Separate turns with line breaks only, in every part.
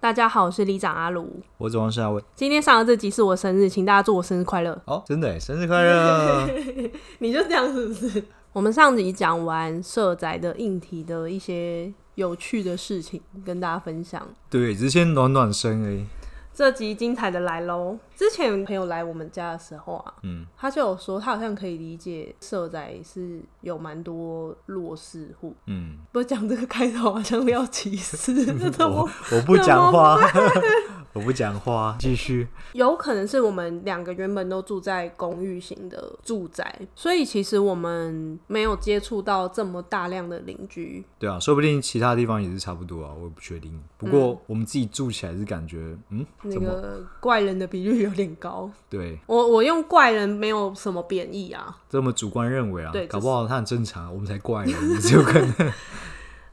大家好，我是里长阿卢。
我主要是阿伟。
今天上的这集是我生日，请大家祝我生日快乐。
哦，真的耶，生日快乐！
你就这样是不是？我们上集讲完社宅的硬体的一些有趣的事情，跟大家分享。
对，只是先暖暖身而已。
这集精彩的来喽！之前朋友来我们家的时候啊，
嗯，
他就有说他好像可以理解社宅是有蛮多弱势户。
嗯，
不是讲这个开头好像要歧 视，这怎么
我我不讲话， 我不讲话，继续。
有可能是我们两个原本都住在公寓型的住宅，所以其实我们没有接触到这么大量的邻居。
对啊，说不定其他地方也是差不多啊，我也不确定。不过我们自己住起来是感觉，嗯，
那
怎么？
个怪人的比率有点高，
对，
我我用怪人没有什么贬义啊。
这么主观认为啊
对，
搞不好他很正常，我们才怪呢，也是有可能。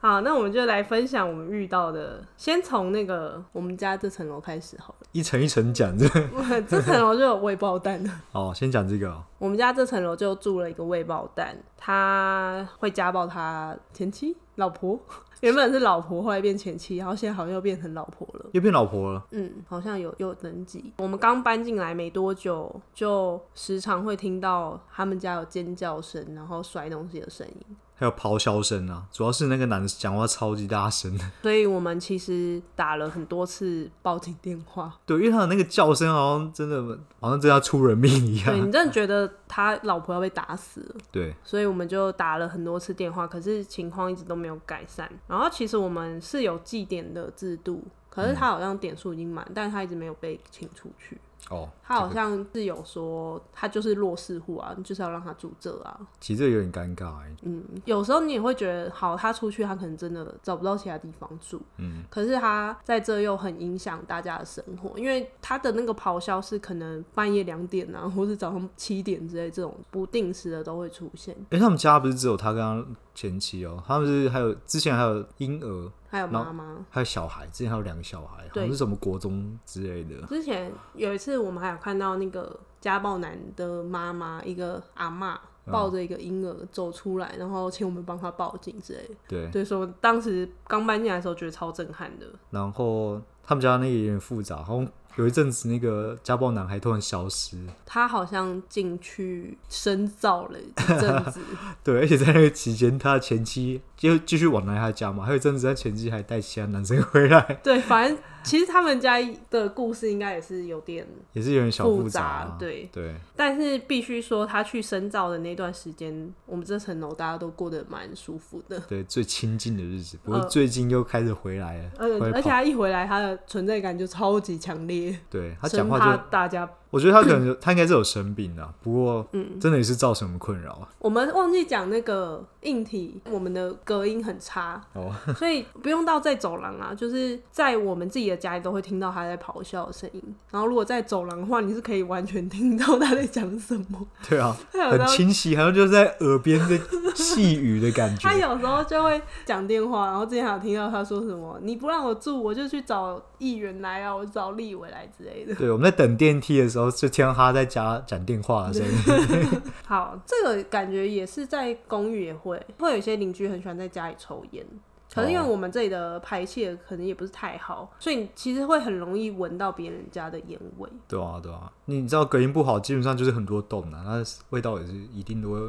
好，那我们就来分享我们遇到的，先从那个我们家这层楼开始好了。
一层一层讲这个。
我这层楼就有未爆弹了，
哦，先讲这个哦。
我们家这层楼就住了一个未爆弹，他会家暴他前妻、老婆，原本是老婆，后来变前妻，然后现在好像又变成老婆了。
又变老婆了，
嗯，好像有有登记。我们刚搬进来没多久，就时常会听到他们家有尖叫声，然后摔东西的声音。
还有咆哮声啊，主要是那个男的讲话超级大声。
所以我们其实打了很多次报警电话。
对，因为他的那个叫声好像真的，好像真的要出人命 一
对
样。
你真的觉得他老婆要被打死了，
对，
所以我们就打了很多次电话，可是情况一直都没有改善。然后其实我们是有记点的制度，可是他好像点数已经满，但是他一直没有被请出去。
哦，
他好
这个
像是有说，他就是弱势户啊，你就是要让他住这啊。
其实这个有点尴尬哎、
嗯，有时候你也会觉得，好，他出去他可能真的找不到其他地方住，
嗯，
可是他在这又很影响大家的生活，因为他的那个咆哮是可能半夜两点啊，或是早上七点之类这种不定时的都会出现，
因为他们家不是只有他跟他前妻哦，他们是还有之前还有婴儿，
还有
然
妈妈。
还有小孩，之前还有两个小孩，好
对
像是什么国中之类的。
之前有一次，我们还有看到那个家暴男的妈妈，一个阿嬷抱着一个婴儿走出来，然后请我们帮他报警之类的。
对，
对，所以我当时刚搬进来的时候，觉得超震撼的。
然后他们家那个也很复杂，好像有一阵子那个家暴男孩突然消失，
他好像进去深造了一阵 子，
对，而且在那个期间，他的前妻就继续往来他家嘛，还有一阵子他前妻还带其他男生回来，
对，反正其实他们家的故事应该也是有点
也是有点小复
杂，
啊。
对。
对，
但是必须说，他去深造的那段时间，我们这层楼大家都过得蛮舒服的。
对，最亲近的日子。不过
呃
最近又开始回来了，
而且
回
而且
跑。
他一回来，他的存在感就超级强烈，
对他
生
讲
怕
话就，
大家。
我觉得他可能他应该是有 生病的，啊不过
嗯
真的也是造成我们困扰啊。
我们忘记讲那个硬体，我们的隔音很差，
哦，
所以不用到在走廊啊，就是在我们自己的家里都会听到他在咆哮的声音。然后如果在走廊的话，你是可以完全听到他在讲什么。
对啊，
他有时
很
候
清晰，好像就在耳边在细语的感觉
他。有时候就会讲电话，然后之前还有听到他说什么“你不让我住，我就去找议员来啊，我找立委来”之类的。
对，我们在等电梯的时候，就听到他在家讲电话的 声音。
好，这个感觉也是在公寓也会，会有一些邻居很喜欢在家里抽烟。可是因为
哦
我们这里的排气可能也不是太好，所以你其实会很容易闻到别人家的烟味。
对啊，对啊，你知道隔音不好，基本上就是很多洞啊，那味道也是一定都会。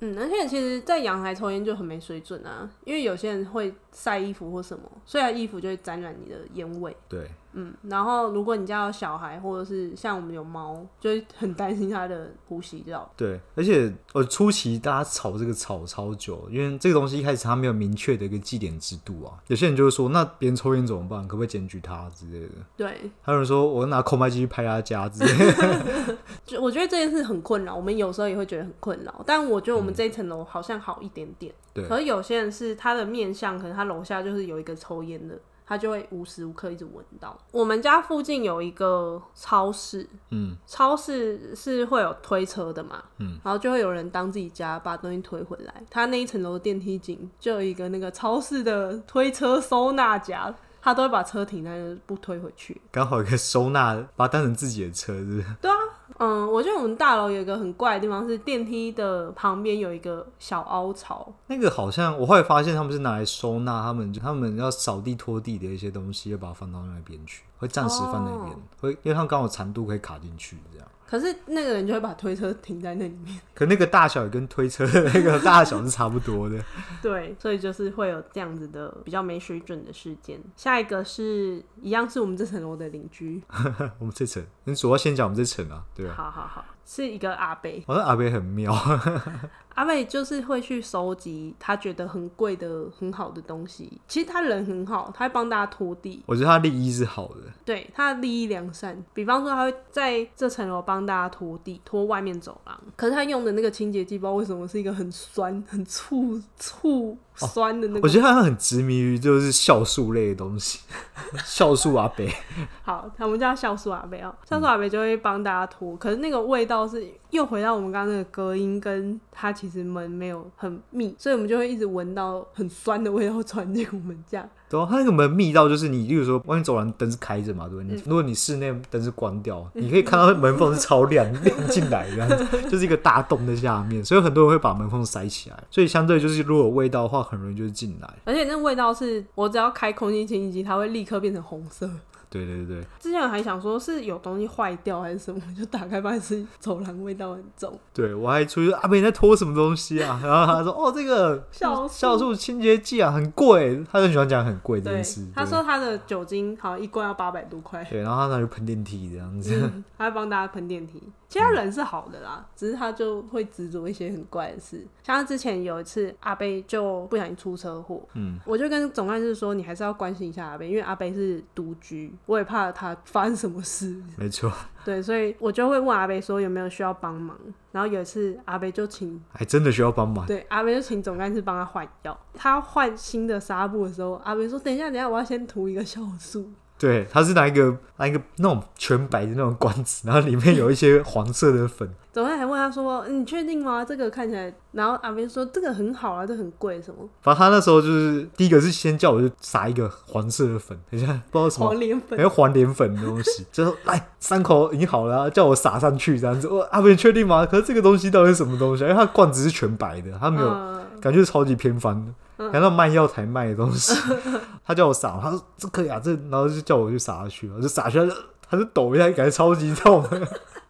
嗯，而且其实，在阳台抽烟就很没水准啊，因为有些人会晒衣服或什么，所以他衣服就会沾染你的烟味。
对，
嗯，然后如果你家有小孩，或者是像我们有猫，就会很担心它的呼吸道。
对，而且呃，初期大家吵这个吵超久，因为这个东西一开始它没有明确的一个祭点制度啊。有些人就会说，那别人抽烟怎么办？可不可以检举他之类的？
对，
还有人说，我拿空拍机去拍他家之类的。
就我觉得这件事很困扰，我们有时候也会觉得很困扰，但我觉得我们这一层楼好像好一点点。
嗯对
可是有些人是他的面相，可能他楼下就是有一个抽烟的，他就会无时无刻一直闻到。我们家附近有一个超市，
嗯，
超市是会有推车的嘛，
嗯，
然后就会有人当自己家把东西推回来。他那一层楼的电梯井就有一个那个超市的推车收纳夹，他都会把车停在那不推回去。
刚好有一个收纳，把它当成自己的车，是不是？
对啊，嗯，我觉得我们大楼有一个很怪的地方是电梯的旁边有一个小凹槽，
那个好像我后来发现他们是拿来收纳他们他们要扫地拖地的一些东西，要把它放到那边去，会暂时放那边，
哦
会因为他们刚好长度可以卡进去这样。
可是那个人就会把推车停在那里面。
可那个大小也跟推车的那个大小是差不多的。
对，所以就是会有这样子的比较没水准的事件。下一个是一样是我们这层楼的邻居，
我们这层，你主要先讲我们这层啊，对吧？
好好好，是一个阿伯，
好像阿北很妙，
阿伯就是会去收集他觉得很贵的、很好的东西。其实他人很好，他会帮大家拖地，
我觉得他利益是好的，
对他的利益良善。比方说，他会在这层楼帮大家拖地，拖外面走廊。可是他用的那个清洁剂，不知道为什么是一个很酸、 很醋醋酸的那个。
哦我觉得他很执迷于就是酵素类的东西， 酵素阿北，
好，我们叫酵素阿
嗯
贝哦，酵素阿贝就会帮大家拖，可是那个味道是又回到我们刚刚那个隔音，跟它其实门没有很密，所以我们就会一直闻到很酸的味道传进我们家。
对、啊，他那个门密到就是你，例如说外面走廊灯是开着嘛，对不
嗯
对？你如果你室内灯是关掉，你可以看到门缝是超亮亮进来这 样子，就是一个大洞在下面，所以很多人会把门缝塞起来，所以相对就是如果有味道的话，很容易就是进来。
而且那味道是我只要开空气清新机，它会立刻变成红色。
对对对对，
之前我还想说是有东西坏掉还是什么，就打开发现是走廊味道很重。
对我还出去阿北你在拖什么东西啊？然后他说哦这个
酵素
酵素清洁剂啊很贵，他就喜欢讲很贵这
对
件事。，
他
对
说他的酒精好像一罐要八百多块。
对，然后他拿去喷电梯这样子。
嗯，他会帮大家喷电梯。其实他人是好的啦，只是他就会执着一些很怪的事。像他之前有一次，阿贝就不小心出车祸，
嗯，
我就跟总干事说，你还是要关心一下阿贝，因为阿贝是独居，我也怕他发生什么事。
没错，
对，所以我就会问阿贝说有没有需要帮忙。然后有一次，阿贝就请
还真的需要帮忙。
对，阿贝就请总干事帮他换药。他换新的纱布的时候，阿贝说：“等一下，等一下，我要先涂一个酵素。
对，他是拿一个拿一个那种全白的那种罐子，然后里面有一些黄色的粉。”
总干事还问他说：“嗯你确定吗？这个看起来……”然后阿贝说：“这个很好啊，这很贵，什么
反正他那时候就是第一个是先叫我就撒一个黄色的粉，等一下不知道什么
黄。连
好
粉。
像黄连粉的东西，就说来伤口已经好了啊、叫我撒上去这样子。我哎阿伯你确定吗？可是这个东西到底是什么东西啊？因为它罐子是全白的， 它没有
嗯，
感觉超级偏方的，感到卖药才卖的东西。他叫我撒，他说这可以啊，这然后就叫我去撒下去，我就撒下去，他就抖一下，感觉超级痛。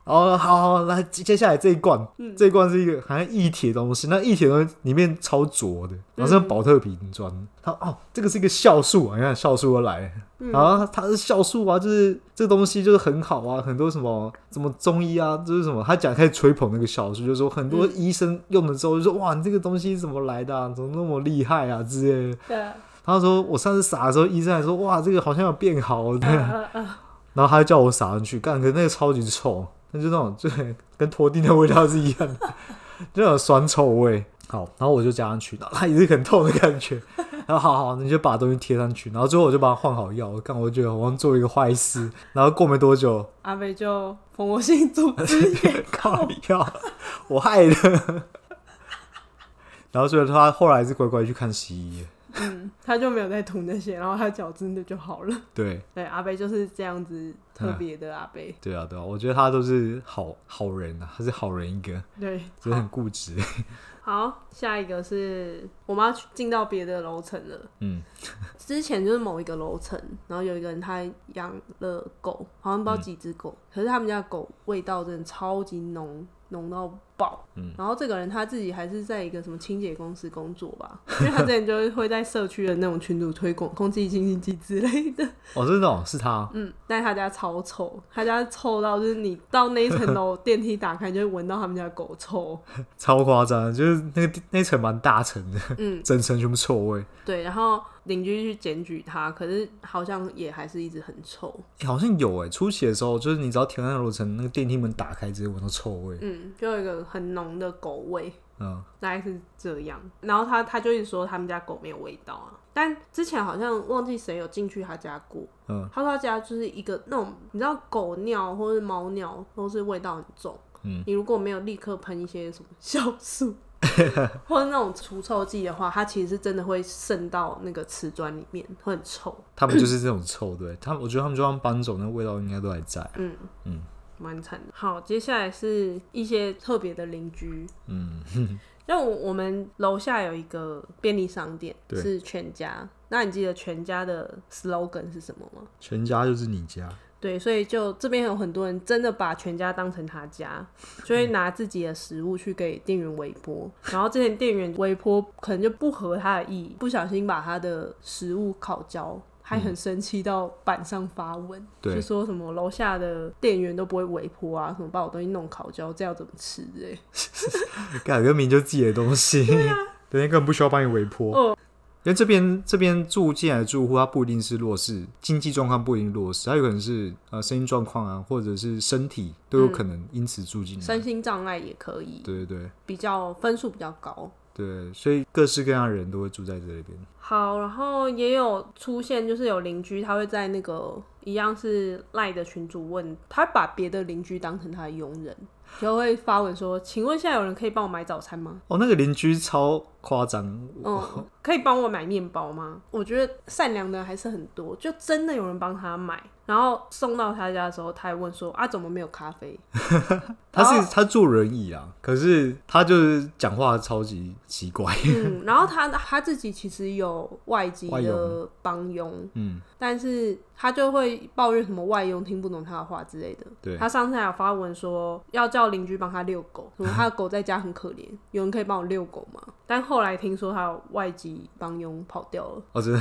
然后好好来，接下来这一罐，这一罐是一个好像液体的东西，那液体的东西里面超浊的，然后是用保特瓶装的。他说哦，这个是一个酵素啊，你看酵素又来了。然后它是酵素啊，就是这东西就是很好啊，很多什么什么中医啊，就是什么他讲开始吹捧那个酵素，就说很多医生用了之后就说、哇，你这个东西怎么来的、啊，怎么那么厉害啊之类的。
对啊，
他说我上次撒的时候，医生还说哇，这个好像有变好的，
嗯嗯
然后他就叫我撒上去，干，可是那个超级臭，那就那种就跟拖地的味道是一样的，就那种酸臭味。好，然后我就加上去，然后他也是很痛的感觉。然后好好，你就把东西贴上去，然后最后我就把它换好药。干，我觉得好像做一个坏事。然后过没多久，
阿贝就蜂窝性组织炎。
靠药，我害的。 然后所以他后来是乖乖去看西医。
嗯，他就没有再涂那些，然后他脚真的就好了。
对，
对，阿贝就是这样
嗯
子特别的阿贝。
对啊，对啊，我觉得他都是好好人啊，他是好人一个，
对，
只是很固执。
好，下一个是我们要去进到别的楼层了。
嗯，
之前就是某一个楼层，然后有一个人他养了狗，好像不知道几只狗，可是他们家的狗味道真的超级浓，浓到爆。
嗯
然后这个人他自己还是在一个什么清洁公司工作吧， 因为他之前就是会在社区的那种群组推广空气清新剂之类的。
哦，真的、哦、是他哦、
嗯，但他家超臭，他家臭到就是你到那一层楼电梯打开，就会闻到他们家的狗臭。
超夸张，就是那个那层蛮大层的，
嗯，
整层全部臭味、
对，然后邻居去检举他，可是好像也还是一直很臭。
欸好像有哎、初期的时候，就是你只要停在那楼层，那个电梯门打开，直接闻到臭味。
嗯，就有一个很浓的狗味。
嗯，
大概是这样。然后他他就一直说他们家狗没有味道啊，但之前好像忘记谁有进去他家过。
嗯，
他说他家就是一个那种你知道狗尿或是猫尿都是味道很重。
嗯，
你如果没有立刻喷一些什么酵 素或者那种除臭剂的话，它其实是真的会渗到那个瓷砖里面，会很臭。
他们就是这种臭，对他们，我觉得他们就算搬走，那味道应该都还在。
嗯
嗯，
蛮惨的。好，接下来是一些特别的邻居。
嗯，
像我我们楼下有一个便利商店，
对
是全家。那你记得全家的 slogan 是什么吗？
全家就是你家，
对，所以就这边有很多人真的把全家当成他家，就
嗯
会拿自己的食物去给店员微波，然后之前店员微波可能就不合他的意，不小心把他的食物烤焦。还很生气到板上发文，
嗯对
就说什么楼下的店员都不会微波啊，什么把我东西弄烤焦，这要怎么吃之类。
改个名就自己的东西，对呀、 人家根本不需要帮你微波。
啊哦
因为这边这边住进来的住户，他不一定是弱势，经济状况不一定弱势，他有可能是呃声音状况啊，或者是身体都有可能因此住进来。
身心障碍也可以，
嗯对对对
比较分数比较高。
对，所以各式各样的人都会住在这里边。
好，然后也有出现，就是有邻居他会在那个一样是赖的群主问，他把别的邻居当成他的佣人，就会发文说：“请问现在有人可以帮我买早餐吗？
哦，那个邻居超夸张，
嗯，可以帮我买面包吗？”我觉得善良的还是很多，就真的有人帮他买，然后送到他家的时候，他还问说：“啊，怎么没有咖 啡
他
然
是
后
他坐轮椅啊，可是他就是讲话超级奇怪。？”
嗯，然后他他自己其实有外籍
外
的
佣
帮佣，
嗯，
但是他就会抱怨什么外佣听不懂他的话之类的。
对
他上次还有发文说要叫邻居帮他遛狗，什么他的狗在家很可怜，有人可以帮我遛狗吗？但后来听说他有外籍帮佣跑掉了。
哦，真的，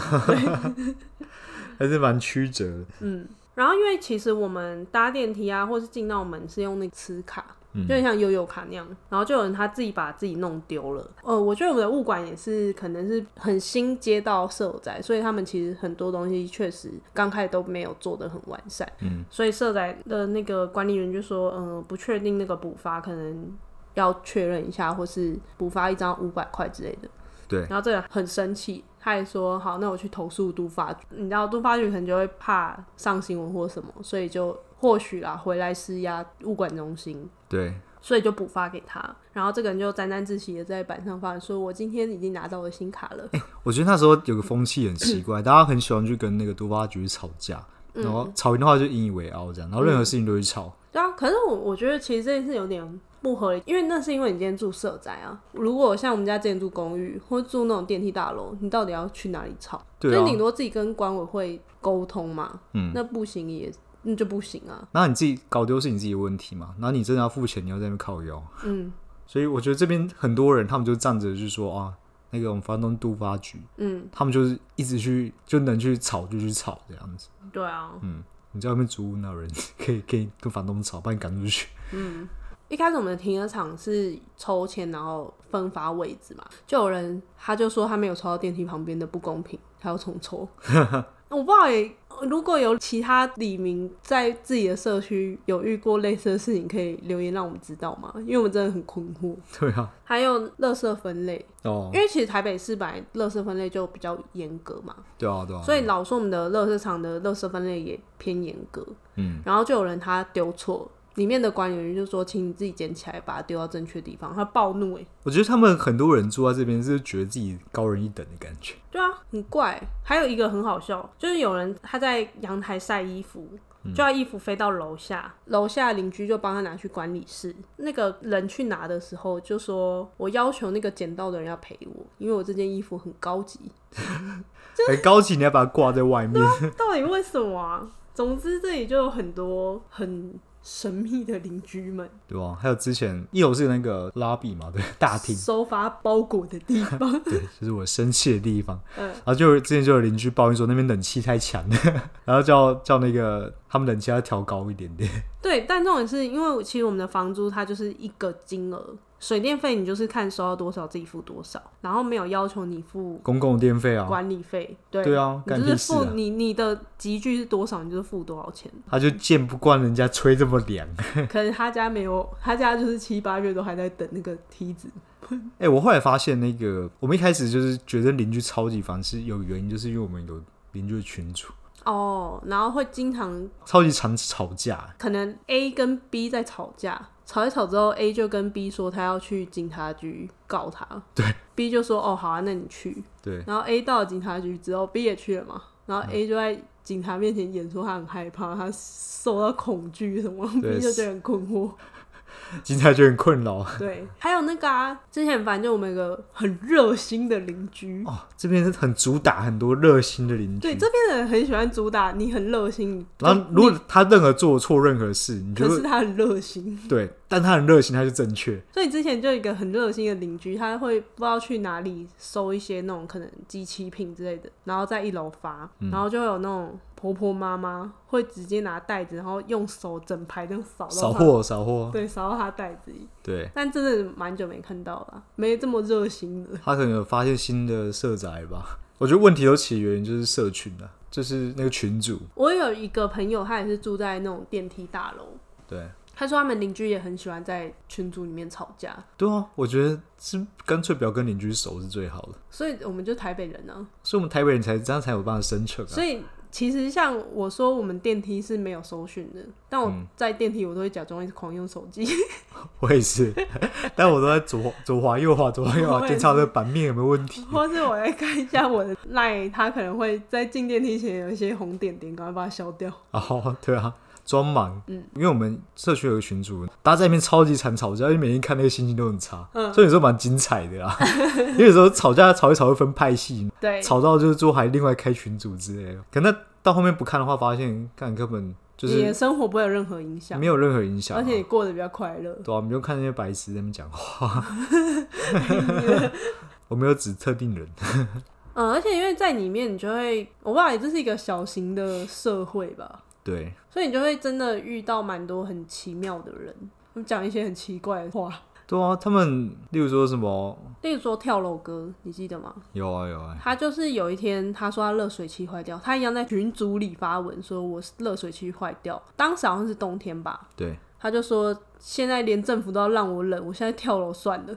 还是蛮曲折的。
嗯，然后因为其实我们搭电梯啊，或是进到门是用那个磁卡。
嗯
就很像悠悠卡那样，然后就有人他自己把自己弄丢了。呃，我觉得我们的物管也是可能是很新接到社宅，所以他们其实很多东西确实刚开始都没有做的很完善。
嗯，
所以社宅的那个管理员就说，嗯、不确定那个补发可能要确认一下，或是补发一张五百块之类的。
对，
然后这个人很生气，他也说好，那我去投诉都发局。你知道都发局可能就会怕上新闻或什么，所以就或许啦回来施压物管中心。
对，
所以就补发给他，然后这个人就沾沾自喜的在板上发文说：“我今天已经拿到我的新卡了。
我觉得那时候有个风气很奇怪，大家很喜欢去跟那个毒发局吵架，然后吵赢的话就引以为傲这样，然后任何事情都会吵。
对啊，可是我我觉得其实这件事有点不合理，因为那是因为你今天住社宅啊。如果像我们家之前住公寓或住那种电梯大楼，你到底要去哪里吵？
对
就
啊
是顶多自己跟管委会沟通嘛。
嗯
那不行也那就不行啊。
然后你自己搞丢是你自己的问题嘛，然后你真的要付钱，你要在那边靠腰。
嗯
所以我觉得这边很多人他们就站着就说啊，那个我们房东杜发局，
嗯，
他们就是一直去就能去吵就去吵这样子。
对啊。
嗯，你在外面租屋那有人 可以可以跟房东吵，把你赶出去。
一开始我们的停车场是抽签，然后分发位置嘛，就有人他就说他没有抽到电梯旁边的不公平，他要重抽。 我不知道欸如果有其他李明在自己的社区有遇过类似的事情，可以留言让我们知道吗？因为我们真的很困惑。
对啊，
还有垃圾分类，
哦
因，为其实台北市本来垃圾分类就比较严格嘛，
对啊，对啊，
所以老说我们的垃圾场的垃圾分类也偏严格。
嗯，
然后就有人他丢错，里面的管理员就说：“请你自己捡起来，把它丢到正确地方。”他暴怒哎、
我觉得他们很多人住在这边是觉得自己高人一等的感觉。
对啊，很怪。还有一个很好笑，就是有人他在阳台晒衣服，就他衣服飞到楼下，楼下邻居就帮他拿去管理室。那个人去拿的时候就说：“我要求那个捡到的人要赔我，因为我这件衣服很高级。”啊
很哎高级，你要把它挂在外面。
到底为什么啊？总之这里就有很多很神秘的邻居们，
对吧？还有之前一楼是那个拉比嘛，对， 大厅，
收发包裹的地 方。
对，就是我生气的地方。
嗯
然后就有之前就有邻居抱怨说那边冷气太强了， 然后叫叫那个他们冷气要调高一点点。
对，但重点是因为其实我们的房租它就是一个金额，水电费你就是看收到多少自己付多少，然后没有要求你付
公共电费啊，
管理费，对
对啊
你
干
就是
屁事啊
付你你的集聚是多少，你就是付多少 钱。
他就见不惯人家吹这么凉。
可能他家没有，他家就是七八月都还在等那个梯子
哎、我后来发现那个，我们一开始就是觉得邻居超级烦，是有原因，就是因为我们有邻居的群主
哦，然后会经常
超级常吵架，
可能 A 跟 B 在吵架，吵一吵之后，A 就跟 B 说他要去警察局告他，
对
，B 就说哦好啊，那你去，
对，
然后 A 到了警察局之后，B 也去了嘛，然
嗯
后 A 就在警察面前演说他很害怕，他受到恐惧什么
对
，B 就觉得很困惑。
警察就很困扰。
对，还有那个啊，之前反正就我们有个很热心的邻居，
哦，这边是很主打很多热心的邻
对，
居，
这边的人很喜欢主打你很热心，
然后如果他任何做错任何事，你就
可是哦
会
他很热心，
对，但他很热心，他就正确。
所以之前就有一个很热心的邻居，他会不知道去哪里收一些那种可能机器品之类的，然后在一楼发，
嗯
然后就会有那种婆婆妈妈会直接拿袋子，然后用手整排这样扫到
扫
她，
货，扫货，
对，扫到他袋子里。
对
但真的蛮久没看到了，没这么热心的。
他可能有发现新的社宅吧。我觉得问题都起源于就是社群啊，就是那个群主，
我有一个朋友，他也是住在那种电梯大楼，
对
他说他们邻居也很喜欢在群组里面吵架，
对啊，我觉得是干脆不要跟邻居熟是最好的，
所以我们就台北人呢、啊
所以我们台北人才这样才有办法生存啊。
所以其实像我说，我们电梯是没有搜寻的，但我在电梯我都会假装一直狂用手机，
我也是，但我都在左左滑右滑左滑 右
我
滑
也是
检查我的版面有没有问题。
或是我来看一下我的 line，他可能会在进电梯前有一些红点点，赶快把它消掉。
哦，对啊，装忙。嗯，因为我们社区有个群主，大家在那边超级常吵架，因为每天看那个心情都很差，
嗯
所以有时候蛮精彩 的啊。因为有时候吵架吵一吵会分派系，
对，
吵到就是最后还另外开群组之类的。可那到后面不看的话，发现看根本就
你的
是
生活不会有任何影响
没，有任何影响、啊，
而且你过得比较快乐。
对啊，我们就看那些白痴在那边讲话。 我没有指特定人，
嗯，而且因为在里面，你就会，我不知道，这是一个小型的社会吧，
对，
所以你就会真的遇到蛮多很奇妙的人，他们讲一些很奇怪的话，
对啊，他们例如说什么，
例如说跳楼哥，你记得吗？
有啊有啊，
他就是有一天，他说他热水器坏掉，他一样在群组里发文说我热水器坏掉，当时好像是冬天吧，
对，
他就说现在连政府都要让我冷，我现在跳楼算了。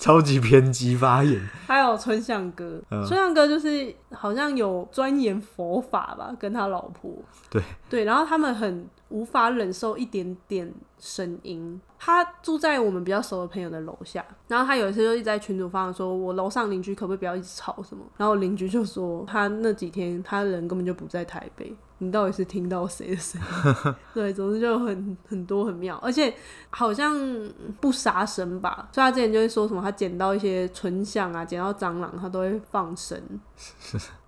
超级偏激发言，
还有春相哥，
嗯
春相哥就是好像有钻研佛法吧，跟他老婆
对。
对，然后他们很无法忍受一点点声音。他住在我们比较熟的朋友的楼下，然后他有一次就一直在群主发文说：“我楼上邻居可不可以不要一直吵什么？”然后邻居就说：“他那几天他人根本就不在台北，你到底是听到谁的声音？” 对，总之就很很多很妙，而且好像不杀生吧，所以他之前就会说什么他捡到一些春象啊，捡到蟑螂他都会放生，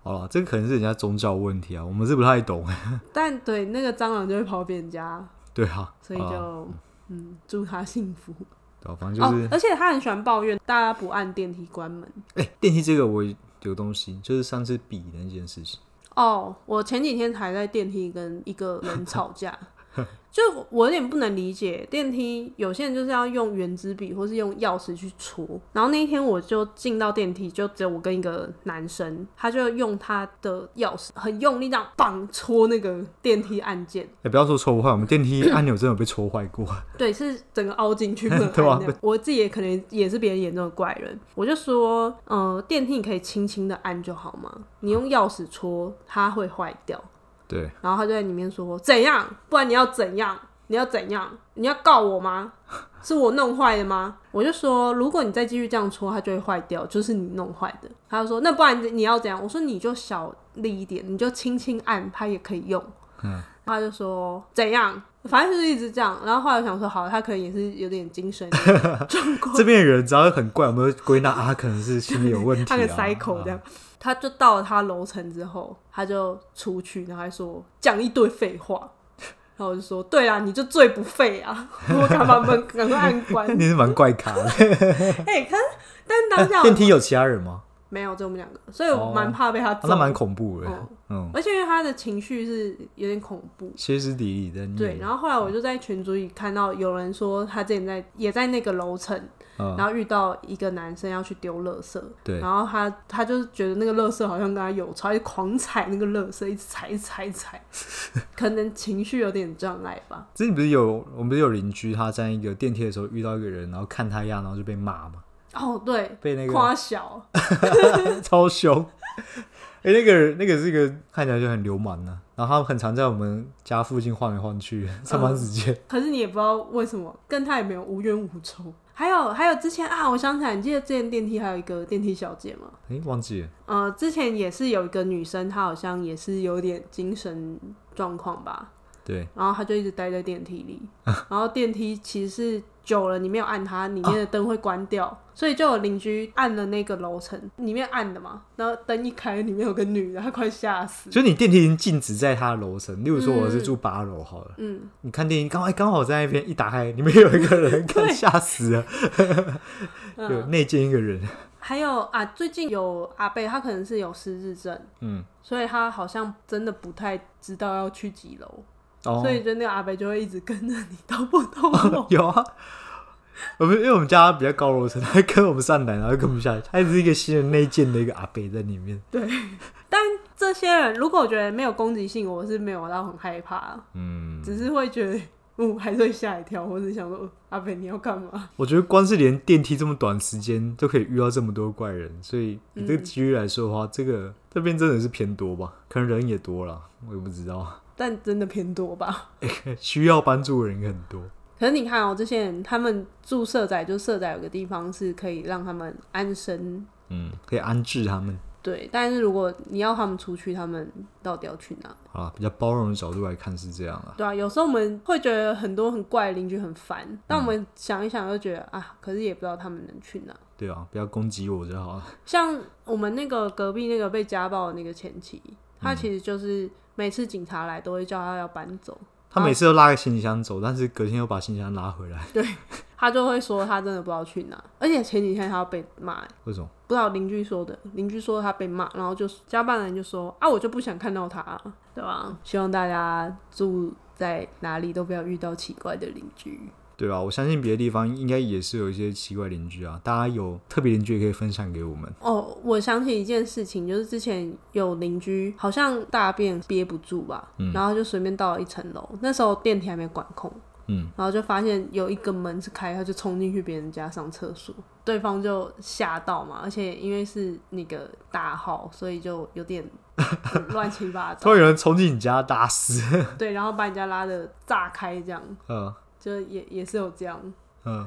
好了，这个可能是人家宗教问题啊，我们是不太懂。
但对那个蟑螂就会跑别人家，
对啊，
所以
好
就、
啦
嗯，祝他幸福。
对啊反正就是
哦，，而且他很喜欢抱怨大家不按电梯关门。
哎、电梯这个我有东西，就是上次比的那件事情，
哦，我前几天才在电梯跟一个人吵架，就我有点不能理解，电梯有些人就是要用圆珠笔或是用钥匙去戳，然后那一天我就进到电梯，就只有我跟一个男生，他就用他的钥匙很用力这样棒戳那个电梯按键，
哎、不要说戳坏，我们电梯按钮真的有被戳坏过。
对，是整个凹进去不能
对啊
按那样我自己也可能也是别人眼中的怪人，我就说，呃，电梯你可以轻轻的按就好嘛，你用钥匙戳它会坏掉。
对，
然后他就在里面说，怎样？不然你要怎样？你要怎样？你要告我吗？是我弄坏的吗？我就说，如果你再继续这样戳，它就会坏掉，就是你弄坏的。他就说，那不然你要怎样？我说你就小力一点，你就轻轻按，它也可以用。他就说怎样，反正就是一直这样。然后后来我想说，好，他可能也是有点精神状况，
这边的人只要很怪，我们都归纳啊，可能是心理有问题、
他
啊。
个塞口 这样。他就到了他楼层之后，他就出去，然后还说讲一堆废话。 然后我就说，对啊，你就最不废啊！我赶快把门赶快按关
啊。你是蛮怪咖的。
哎、可是但当下我
电梯有其他人吗？
没有，只有我们两个，所以我
哦
蛮怕被他
啊
揍。
那蛮恐怖的
哦，
嗯，
而且因为他的情绪是有点恐怖。
歇斯底里的，
对，然后后来
嗯
我就在群组里看到有人说他之前在也在那个楼层，
嗯
然后遇到一个男生要去丢垃圾，
对
然后他他就是觉得那个垃圾好像跟他有仇，他就狂踩那个垃圾，一直踩，一直踩，一直 踩，可能情绪有点障碍吧。
之前不是有我们不是有邻居，他在一个电梯的时候遇到一个人，然后看他一眼，然后就被骂嘛，
哦，对，
被那个
夸小，
超凶。哎、那个那个是一个看起来就很流氓的、啊然后他很常在我们家附近晃来晃去，
嗯
上班时间。
可是你也不知道为什么，跟他也没有无冤无仇。还有还有之前啊，我想起来，你记得之前电梯还有一个电梯小姐吗？
哎、忘记了，
呃，之前也是有一个女生，她好像也是有点精神状况吧，
对，
然后她就一直待在电梯里， 然后电梯其实是久了，你没有按它，里面的灯会关掉，所以就有邻居按了那个楼层里面按的嘛，然后灯一开，里面有个女的，她快吓死。
就是你电梯已经禁止在他的楼层，例如说我是住八楼好了，
嗯，
你看电影刚好哎刚好在那边一打开，里面有一个人，看吓死了，
嗯
有内奸一个人，
还有啊，最近有阿贝，他可能是有失智症，
嗯，
所以他好像真的不太知道要去几楼，
哦
所，以就那个阿贝就会一直跟着你到不同楼。
有啊。我们因为我们家比较高楼层，他跟我们上来，然后跟我们下来，他也是一个新人内建的一个阿伯在里面。
但这些人，如果我觉得没有攻击性，我是没有到很害怕，
嗯，
只是会觉得，嗯，还是会吓一跳，或者想说，呃阿北你要干嘛？
我觉得光是连电梯这么短时间都可以遇到这么多怪人，所以以这个几率来说的话，这个这边真的是偏多吧？可能人也多了，我也不知道，
但真的偏多吧。
需要帮助的人很多。
可是你看哦、这些人他们住社宅，就社宅有个地方是可以让他们安身。
嗯，可以安置他们。
对，但是如果你要他们出去，他们到底要去哪？
好啦，比较包容的角度来看是这样啊。
对啊，有时候我们会觉得很多很怪的邻居很烦，但我们想一想又觉得啊，可是也不知道他们能去哪。
对啊，不要攻击我就好了。
像我们那个隔壁那个被家暴的那个前妻，他其实就是每次警察来都会叫他要搬走，
他每次都拉个行李箱走，但是隔天又把行李箱拉回来，
他就会说他真的不知道去哪，而且前几天他要被骂、欸
为什么？
不知道邻居说的，邻居说他被骂，然后就家暴的人就说啊，我就不想看到他啊，对吧、希望大家住在哪里都不要遇到奇怪的邻居。
对啊吧？我相信别的地方应该也是有一些奇怪邻居啊。大家有特别邻居也可以分享给我们。
哦，我想起一件事情，就是之前有邻居好像大便憋不住吧，然后就随便到了一层楼，那时候电梯还没管控，
嗯，
然后就发现有一个门是开，他就冲进去别人家上厕所，对方就吓到嘛，而且因为是那个大号，所以就有点乱七八
突
糟，
然有人冲进你家打死，
对，然后把人家拉的炸开，这样
嗯
就也也是有这样。
嗯，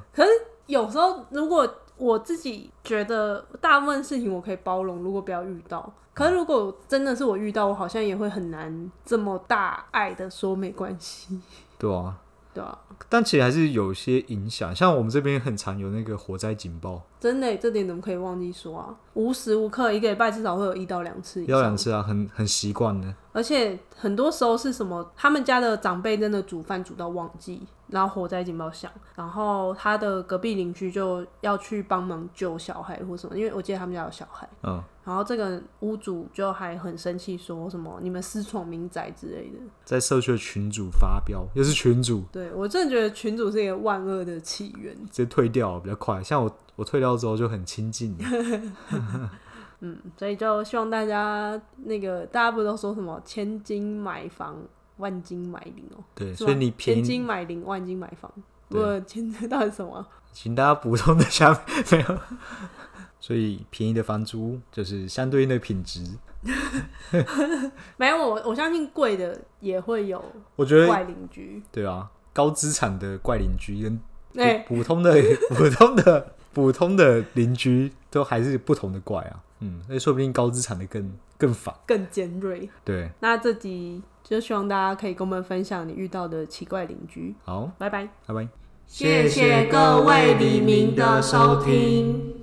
有时候如果我自己觉得大部分事情我可以包容，如果不要遇到。可是如果真的是我遇到，我好像也会很难这么大爱的说没关系，
对啊。
对吧、
但其实还是有些影响，像我们这边很常有那个火灾警报，
真的耶，这点怎么可以忘记说啊？无时无刻一个礼拜至少会有一到两次以
要两
上，
次啊，很很习惯的。
而且很多时候是什么？他们家的长辈真的煮饭煮到忘记，然后火灾警报响，然后他的隔壁邻居就要去帮忙救小孩或什么，因为我记得他们家有小孩。
嗯，
然后这个屋主就还很生气，说什么“你们私闯民宅”之类的。
在社区的群主发飙，又是群主，
对我真的觉得群主是一个万恶的起源。
直接退掉比较快。像我，我退掉之后就很亲近 了。
嗯，所以就希望大家那个大家不都说什么“千金买房，万金买邻”哦，
对，
是
所以
吗
你便
千
宜，
金买邻，万金买房。
对
我千金到底是什么？
请大家补充在下面没有。 所以便宜的房租就是相对应的品质，
没有，我我相信贵的也会有
我觉得
怪邻居。
对啊，高资产的怪邻居跟
哎、
普普通的普通的普通的邻居都还是不同的怪啊。嗯，那说不定高资产的更更烦。
更尖锐。
对，
那这集就希望大家可以跟我们分享你遇到的奇怪邻居。
好，
拜拜。
拜拜。
谢谢各位黎明的收听。